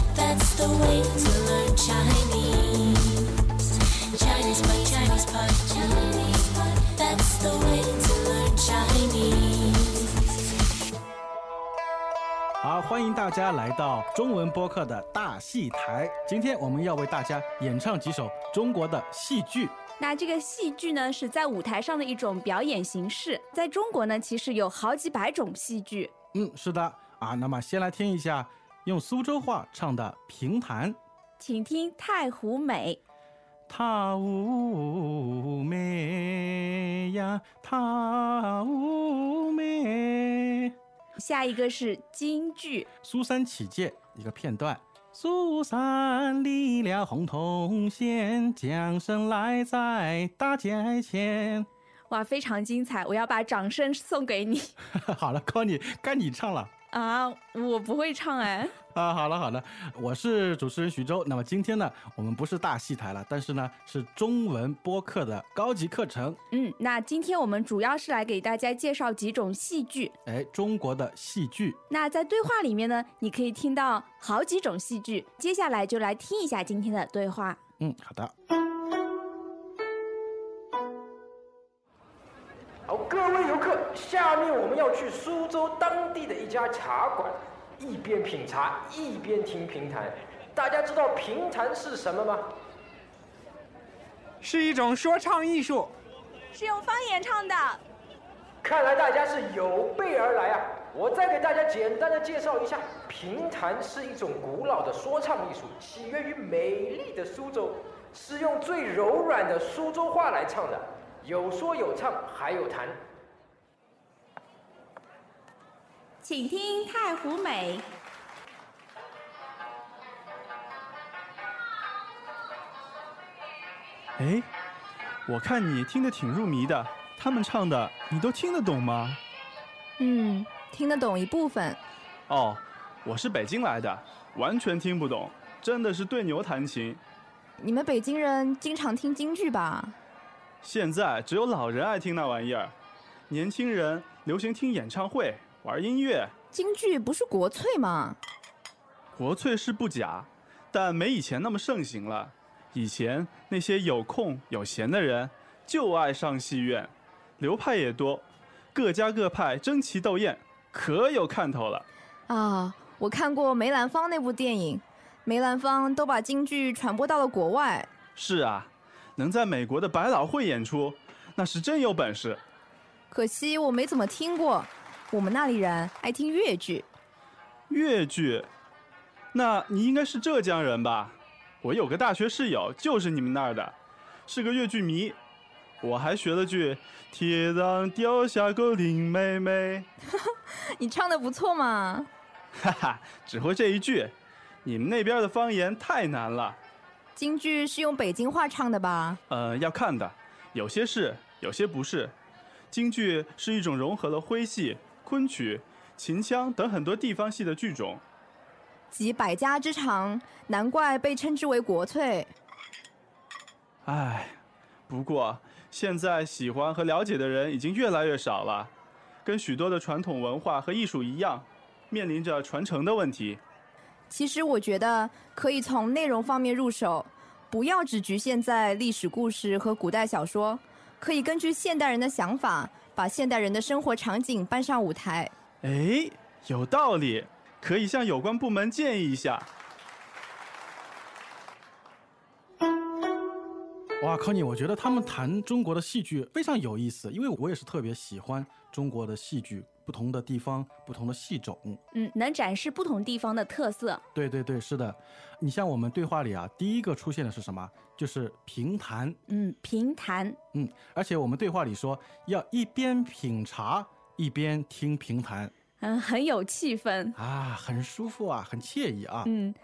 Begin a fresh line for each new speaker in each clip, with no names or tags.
a way to learn Chinese. Chinese pot, Chinese pot, Chinese pot. That's the way to learn Chinese.
好，欢迎大家来到中文播客的大戏台。今天我们要为大家演唱几首中国的戏剧。
那这个戏剧呢，是在舞台上的一种表演形式。在中国呢，其实有好几百种戏剧。
嗯，是的啊。那么先来听一下用苏州话唱的《评弹》。
请听《太湖美
他妩媚呀，他妩媚。》，
下一个是京剧，
苏三起解一个片段。苏三离了红铜线，将身来在大街前。
哇，非常精彩！我要把掌声送给 你
好了，哥你该你唱了。
啊！我不会唱哎，
啊，好了好了，我是主持人徐州。那么今天呢，我们不是大戏台了，但是呢是中文播客的高级课程。
嗯，那今天我们主要是来给大家介绍几种戏剧。
哎，中国的戏剧，
那在对话里面呢，你可以听到好几种戏剧。接下来就来听一下今天的对话。
嗯，好的。
好，各位游客，下面我们要去苏州当地的一家茶馆，一边品茶一边听评弹。大家知道评弹是什么吗？
是一种说唱艺术。
是用方言唱的。
看来大家是有备而来啊！我再给大家简单的介绍一下，评弹是一种古老的说唱艺术，起源于美丽的苏州，是用最柔软的苏州话来唱的，有说有唱，还有弹。
请听《太湖美》。
哎，我看你听得挺入迷的，他们唱的你都听得懂吗？
嗯，听得懂一部分。
哦，我是北京来的，完全听不懂，真的是对牛弹琴。
你们北京人经常听京剧吧？
现在只有老人爱听那玩意儿，年轻人流行听演唱会、玩音乐。
京剧不是国粹吗？
国粹是不假，但没以前那么盛行了。以前那些有空有闲的人就爱上戏院，流派也多，各家各派争奇斗艳，可有看头了。
啊，我看过梅兰芳那部电影，梅兰芳都把京剧传播到了国外。
是啊，能在美国的百老汇演出，那是真有本事。
可惜我没怎么听过。我们那里人爱听粤剧，
越剧，那你应该是浙江人吧？我有个大学室友就是你们那儿的，是个越剧迷。我还学了句“铁蛋掉下个林妹妹
你唱的不错嘛。”，
哈哈，只会这一句。你们那边的方言太难了。
京剧是用北京话唱的吧？
呃，要看的，有些是，有些不是。京剧是一种融合了徽戏、昆曲、秦腔等很多地方戏的剧种。
集百家之长，难怪被称之为国粹。
唉，不过现在喜欢和了解的人已经越来越少了，跟许多的传统文化和艺术一样，面临着传承的问题。
其实我觉得可以从内容方面入手，不要只局限在历史故事和古代小说，可以根据现代人的想法，把现代人的生活场景搬上舞台。
诶，有道理，可以向有关部门建议一下。
哇，康妮，我觉得他们谈中国的戏剧非常有意思，因为我也是特别喜欢中国的戏剧，不同的地方、不同的戏种。
嗯，能展示不同地方的特色。
对对对，是的。你像我们对话里啊，第一个出现的是什么？就是评弹。
嗯，评弹。
嗯，而且我们对话里说要一边品茶一边听评弹
嗯，很有气氛。
啊，很舒服啊，很惬意啊。
嗯，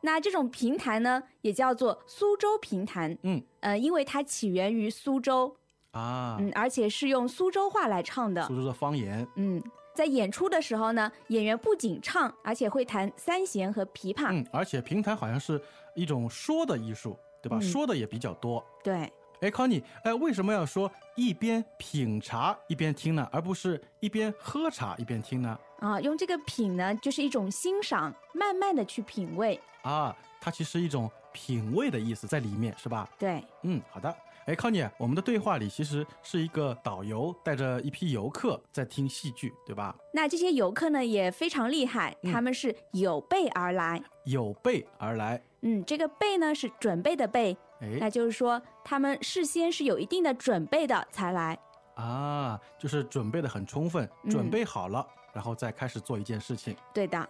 那这种评弹呢，也叫做苏州评弹。
嗯
呃，因为它起源于苏州，
啊，
嗯，而且是用苏州话来唱的
苏。州的方言。
嗯，在演出的时候呢，演员不仅唱，而且会弹三弦和琵琶。
嗯，而且评弹好像是一种说的艺术，对吧？
嗯
说的也比较多。
对，
哎，康妮，哎，为什么要说一边品茶一边听呢，而不是一边喝茶一边听呢？
啊，用这个品呢，就是一种欣赏，慢慢的去品味。
啊，它其实一种品味的意思在里面，是吧？
对，
嗯，好的。哎，康姐，我们的对话里其实是一个导游带着一批游客在听戏剧，对吧？
那这些游客呢也非常厉害，
嗯
他们是有备而来。
有备而来，
嗯，这个备呢是准备的备，那
哎
就是说他们事先是有一定的准备的才来。
啊，就是准备的很充分，
嗯
准备好了，然后再开始做一件事情。
对的，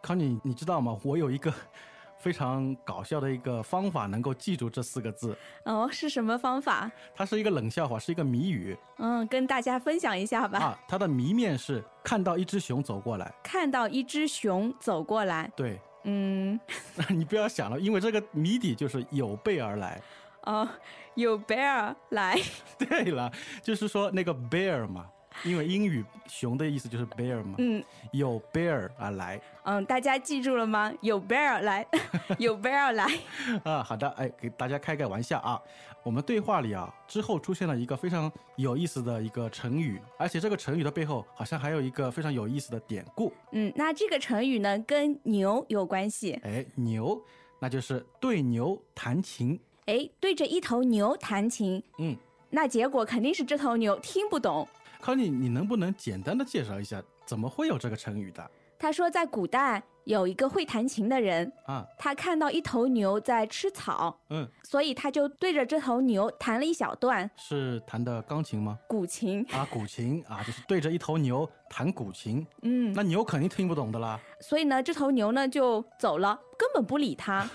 康姐，你知道吗？我有一个 非常搞笑的一个方法，能够记住这四个字，
哦，是什么方法？
它是一个冷笑话，是一个谜语
嗯，跟大家分享一下吧。
啊。它的谜面是看到一只熊走过来，
看到一只熊走过来，
对，
嗯，
你不要想了，因为这个谜底就是有备而来。
哦，有 bear 来，
对了，就是说那个 bear 嘛，因为英语熊的意思就是 bear 嘛，
嗯
有 bear 啊来
嗯，大家记住了吗？有 bear 来，有 bear 来，
啊，好的，哎，给大家开个玩笑啊，我们对话里啊之后出现了一个非常有意思的一个成语，而且这个成语的背后好像还有一个非常有意思的典故，
嗯，那这个成语呢跟牛有关系，
哎，牛，那就是对牛弹琴，
哎，对着一头牛弹琴，
嗯，
那结果肯定是这头牛听不懂。
康妮，你能不能简单的介绍一下怎么会有这个成语的
他说，在古代有一个会弹琴的人，
啊？
他看到一头牛在吃草，
嗯，
所以他就对着这头牛弹了一小段
是弹的钢琴吗？
古琴，
啊，古琴啊，就是对着一头牛弹古琴，
嗯，
那牛肯定听不懂的啦，
所以呢，这头牛呢就走了，根本不理他。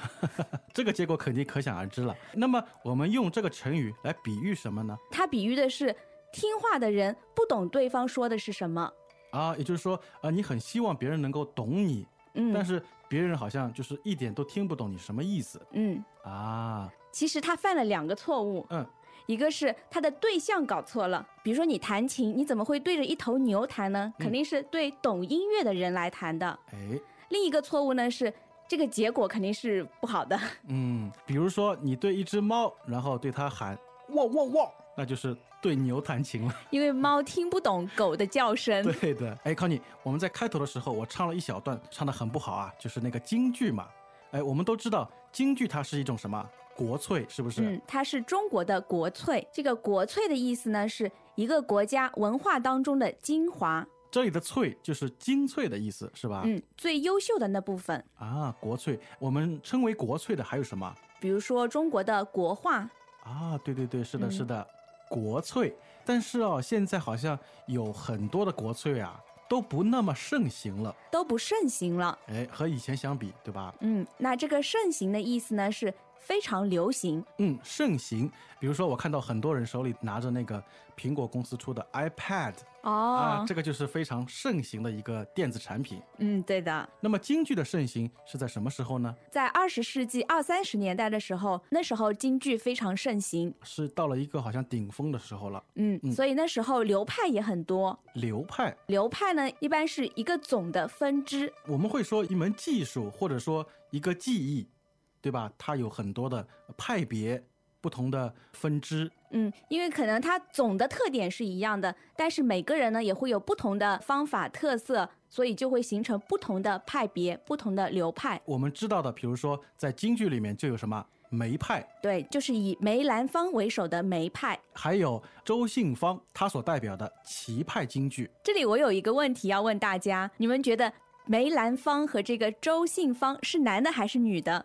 这个结果肯定可想而知了。那么我们用这个成语来比喻什么呢？
他比喻的是听话的人不懂对方说的是什么。
啊，也就是说，呃，你很希望别人能够懂你，但
嗯
是别人好像就是一点都听不懂你什么意思
嗯，
啊。
其实他犯了两个错误，
嗯，
一个是他的对象搞错了，比如说你弹琴，你怎么会对着一头牛弹
嗯
呢？肯定是对懂音乐的人来弹的。
哎，
另一个错误呢是。这个结果肯定是不好的，
嗯，比如说你对一只猫，然后对它喊汪汪汪，那就是对牛弹琴了。
因为猫听不懂狗的叫声。
对的，哎，康妮，我们在开头的时候我唱了一小段，唱的很不好啊，就是那个京剧嘛。哎，我们都知道京剧它是一种什么国粹，是不是？
嗯，它是中国的国粹。这个国粹的意思呢，是一个国家文化当中的精华，
这里的“粹”就是精粹的意思，是吧？
嗯，最优秀的那部分。
啊，国粹，我们称为国粹的还有什么
比如说中国的国画，
啊？对对对，是的，
嗯
是的，国粹。但是哦，现在好像有很多的国粹啊，都不那么盛行了。
都不盛行了。
哎，和以前相比，对吧？
嗯，那这个盛行的意思呢，是非常流行。
嗯，盛行。比如说，我看到很多人手里拿着那个苹果公司出的 iPad，啊，
哦，
这个就是非常盛行的一个电子产品。
嗯，对的，
那么京剧的盛行是在什么时候呢？
在二十世纪二三十年代的时候，那时候京剧非常盛行。
是到了一个好像顶峰的时候了。
嗯，
嗯
所以那时候流派也很多。
流派，
流派呢，一般是一个总的分支。
我们会说一门技术或者说一个技艺，对吧？它有很多的派别、不同的分支。
嗯，因为可能它总的特点是一样的，但是每个人呢也会有不同的方法特色，所以就会形成不同的派别、不同的流派。
我们知道的，比如说在京剧里面就有什么梅派，
对，就是以梅兰芳为首的梅派。
还有周信芳他所代表的旗派京剧。
这里我有一个问题要问大家，你们觉得梅兰芳和这个周信芳是男的还是女的？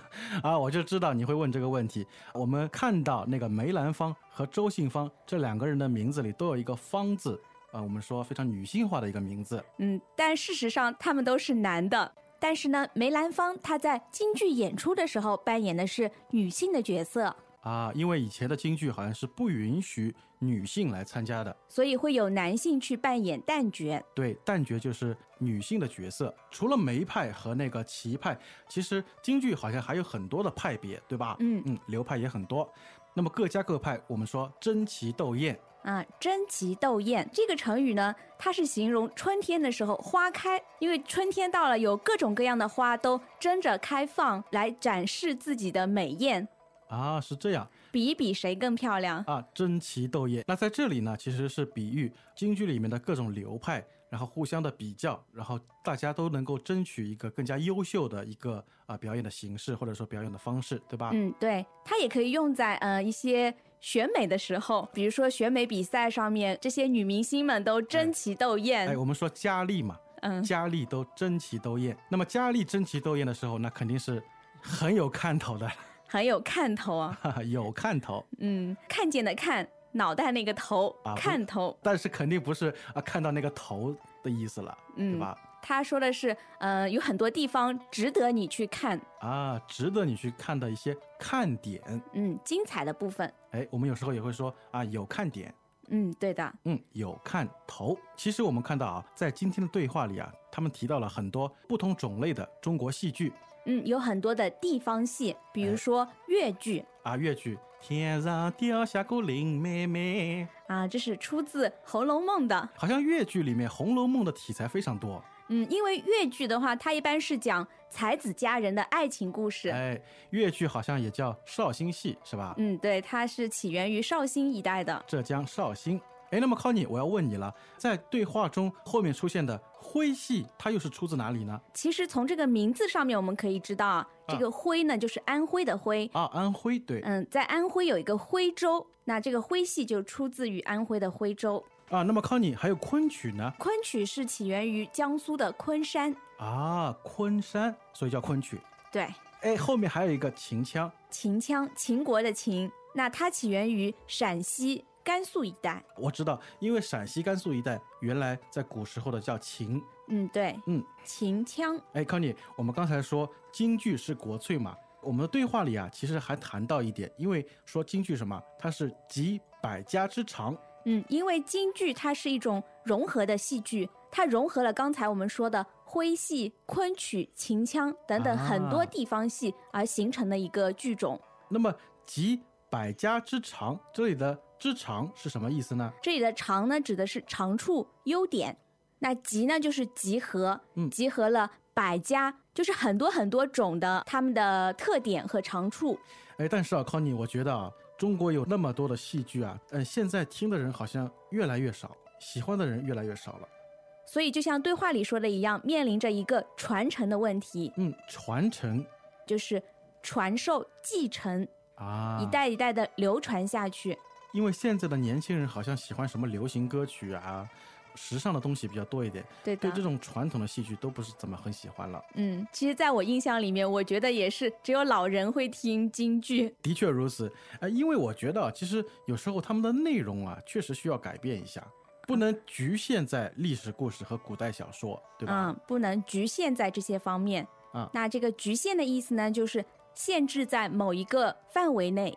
啊，我就知道你会问这个问题。我们看到那个梅兰芳和周信芳这两个人的名字里都有一个“芳”字，啊、我们说非常女性化的一个名字。
嗯，但事实上他们都是男的。但是呢，梅兰芳她在京剧演出的时候扮演的是女性的角色，
啊，因为以前的京剧好像是不允许女性来参加的，
所以会有男性去扮演旦角。
对，旦角就是女性的角色。除了梅派和那个旗派，其实京剧好像还有很多的派别，对吧？
嗯
嗯，流派也很多。那么各家各派，我们说争奇斗艳
啊，争奇斗艳这个成语呢，它是形容春天的时候花开，因为春天到了，有各种各样的花都争着开放，来展示自己的美艳，
啊，是这样
比一比谁更漂亮。
啊，争奇斗艳。那在这里呢，其实是比喻京剧里面的各种流派然后互相的比较，然后大家都能够争取一个更加优秀的一个啊、呃表演的形式或者说表演的方式，对吧？
嗯，对，它也可以用在呃一些选美的时候，比如说选美比赛上面，这些女明星们都争奇斗艳。
哎，我们说佳丽嘛，
嗯，
佳丽都争奇斗艳。那么佳丽争奇斗艳的时候，那肯定是很有看头的，
很有看头啊。
哈哈，有看头。
嗯，看见的看，脑袋那个头，
啊不
看头。
但是肯定不是啊，看到那个头的意思了，
嗯
对吧？
他说的是，呃，有很多地方值得你去看，
啊，值得你去看的一些看点。
嗯，精彩的部分。
哎，我们有时候也会说啊，有看点，
嗯，对的，
嗯，有看头。其实我们看到啊，在今天的对话里啊，他们提到了很多不同种类的中国戏剧
嗯，有很多的地方戏，比如
哎
说越剧
啊，越剧《天上掉下个林妹妹》，
啊，这是出自《红楼梦》的。
好像越剧里面《红楼梦》的题材非常多。
嗯，因为越剧的话，它一般是讲才子佳人的爱情故事。
哎，越剧好像也叫绍兴戏，是吧？
嗯，对，它是起源于绍兴一带的。
浙江绍兴。哎，那么 Conny，我要问你了，在对话中后面出现的徽戏，它又是出自哪里呢？
其实从这个名字上面，我们可以知道啊，这
啊
个“徽”呢，就是安徽的“徽”。
啊，安徽，对，
嗯，在安徽有一个徽州，那这个徽戏就出自于安徽的徽州。
啊，那么 Conny 还有昆曲呢？
昆曲是起源于江苏的昆山，
啊，昆山，所以叫昆曲。
对，
哎，后面还有一个秦腔，
秦腔，秦国的秦，那它起源于陕西、甘肃一带。
我知道，因为陕西、甘肃一带原来在古时候的叫秦。
嗯，对，
嗯，
秦腔，
哎，Conny，我们刚才说京剧是国粹嘛，我们的对话里啊，其实还谈到一点，因为说京剧什么，它是集百家之长，
嗯，因为京剧它是一种融合的戏剧，它融合了刚才我们说的徽戏、昆曲、秦腔等等很
啊
多地方戏而形成的一个剧种。
那么集百家之长，这里的之长是什么意思呢？
这里的“长”呢，指的是长处、优点；那“集”呢，就是集合，
嗯
集合了百家，就是很多很多种的他们的特点和长处。
哎，但是啊，Conny，我觉得啊，中国有那么多的戏剧啊，嗯、现在听的人好像越来越少，喜欢的人越来越少了。
所以，就像对话里说的一样，面临着一个传承的问题，
嗯，传承
就是传授、继承，
啊，
一代一代的流传下去。
因为现在的年轻人好像喜欢什么流行歌曲啊，时尚的东西比较多一点，
对啊
对
的，
这种传统的戏剧都不是怎么很喜欢了。
嗯，其实，在我印象里面，我觉得也是只有老人会听京剧。
的确如此，呃，因为我觉得啊，其实有时候他们的内容啊，确实需要改变一下，不能局限在历史故事和古代小说，对吧？
嗯，不能局限在这些方面。
嗯
那这个局限的意思呢，就是限制在某一个范围内。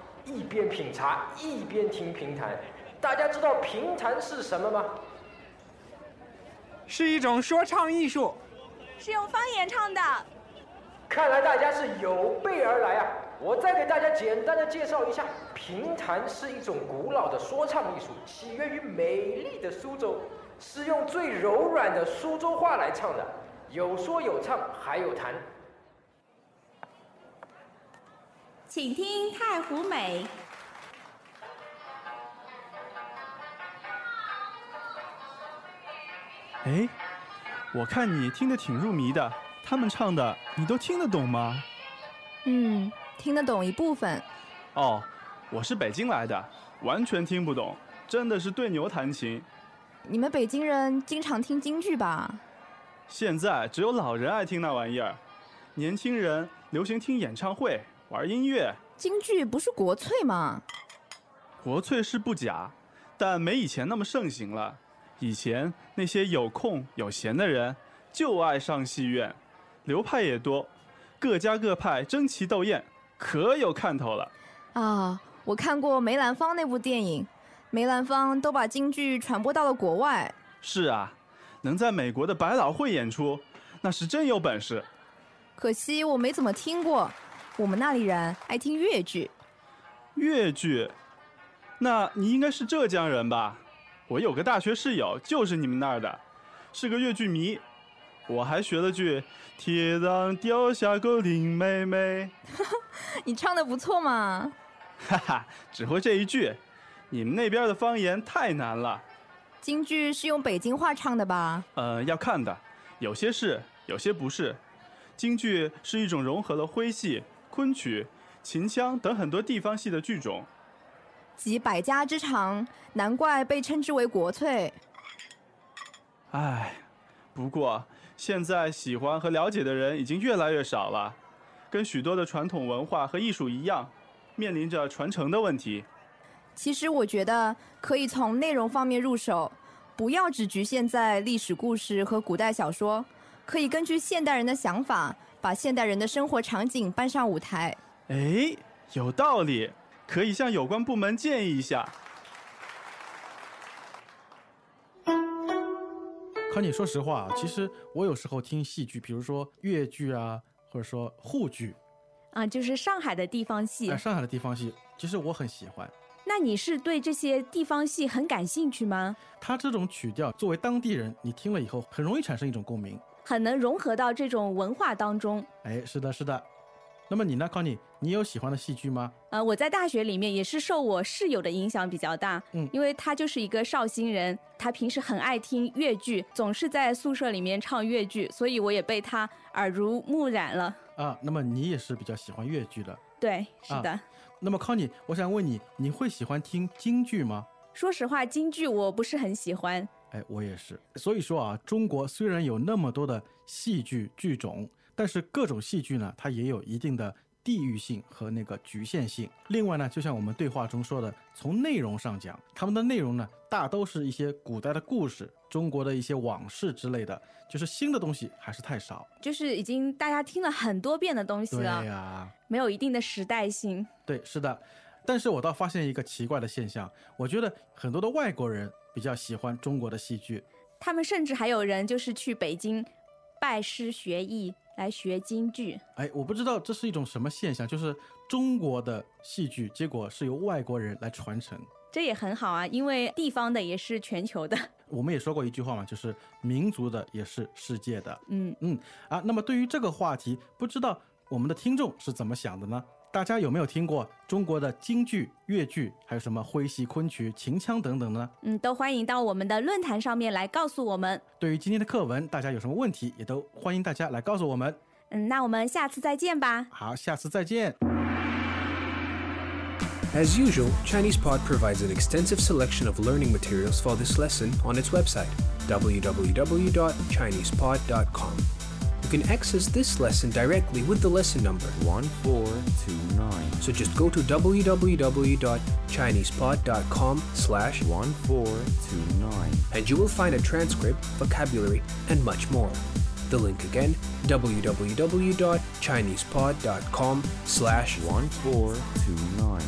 一边品茶一边听评弹。大家知道评弹是什么吗？
是一种说唱艺术。
是用方言唱的。
看来大家是有备而来啊！我再给大家简单的介绍一下，评弹是一种古老的说唱艺术，起源于美丽的苏州，是用最柔软的苏州话来唱的，有说有唱，还有弹。
请听太湖美。
哎，我看你听得挺入迷的，他们唱的你都听得懂吗？
嗯，听得懂一部分。
哦，我是北京来的，完全听不懂，真的是对牛弹琴。
你们北京人经常听京剧吧？
现在只有老人爱听那玩意儿，年轻人流行听演唱会、玩音乐。
京剧不是国粹吗？
国粹是不假，但没以前那么盛行了。以前那些有空有闲的人就爱上戏院，流派也多，各家各派争奇斗艳，可有看头了。
啊，我看过梅兰芳那部电影，梅兰芳都把京剧传播到了国外。
是啊，能在美国的百老汇演出，那是真有本事。
可惜我没怎么听过，我们那里人爱听越剧。
越剧，那你应该是浙江人吧？我有个大学室友就是你们那儿的，是个越剧迷。我还学了句“铁杖掉下个林妹妹
你唱的不错嘛，”，
哈哈，只会这一句。你们那边的方言太难了。
京剧是用北京话唱的吧？
呃，要看的，有些是，有些不是。京剧是一种融合了徽戏、昆曲、秦腔等很多地方戏的剧种。
集百家之长，难怪被称之为国粹。
唉，不过现在喜欢和了解的人已经越来越少了，跟许多的传统文化和艺术一样，面临着传承的问题。
其实我觉得可以从内容方面入手，不要只局限在历史故事和古代小说，可以根据现代人的想法，把现代人的生活场景搬上舞台。
哎，有道理，可以向有关部门建议一下。
可你说实话，啊其实我有时候听戏剧，比如说越剧啊，或者说沪剧，
啊，就是上海的地方戏
哎，。上海的地方戏，其实我很喜欢。
那你是对这些地方戏很感兴趣吗？
它这种曲调，作为当地人，你听了以后很容易产生一种共鸣。
很能融合到这种文化当中。
哎，是的，是的。那么你呢，康妮？你有喜欢的戏剧吗？
呃，我在大学里面也是受我室友的影响比较大，
嗯
因为他就是一个绍兴人，他平时很爱听越剧，总是在宿舍里面唱越剧，所以我也被他耳濡目染了。
啊，那么你也是比较喜欢越剧的。
对，是
啊
的。
那么康妮，我想问你，你会喜欢听京剧吗？
说实话，京剧我不是很喜欢，
哎，我也是。所以说啊，中国虽然有那么多的戏剧剧种，但是各种戏剧呢，它也有一定的地域性和那个局限性。另外呢，就像我们对话中说的，从内容上讲，他们的内容呢，大都是一些古代的故事、中国的一些往事之类的，就是新的东西还是太少。
就是已经大家听了很多遍的东西
对
了，
呀、
没有一定的时代性。
对，是的。但是我倒发现一个奇怪的现象，我觉得很多的外国人比较喜欢中国的戏剧，
他们甚至还有人就是去北京拜师学艺来学京剧。
哎，我不知道这是一种什么现象，就是中国的戏剧，结果是由外国人来传承。
这也很好啊，因为地方的也是全球的。
我们也说过一句话嘛，就是民族的也是世界的
嗯，
啊。那么对于这个话题，不知道我们的听众是怎么想的呢？大家有没有听过中国的京剧、越剧，还有什么徽戏、昆曲、秦腔等等呢？
嗯，都欢迎到我们的论坛上面来告诉我们。
对于今天的课文，大家有什么问题，也都欢迎大家来告诉我们。
嗯，那我们下次再见吧。
好，下次再见。
As usual, ChinesePod provides an extensive selection of learning materials for this lesson on its website, www.chinesepod.com. You can access this lesson directly with the lesson number,
1429.
so just go to www.chinesepod.com slash
1429.
and you will find a transcript, vocabulary, and much more. The link again, www.chinesepod.com slash
1429.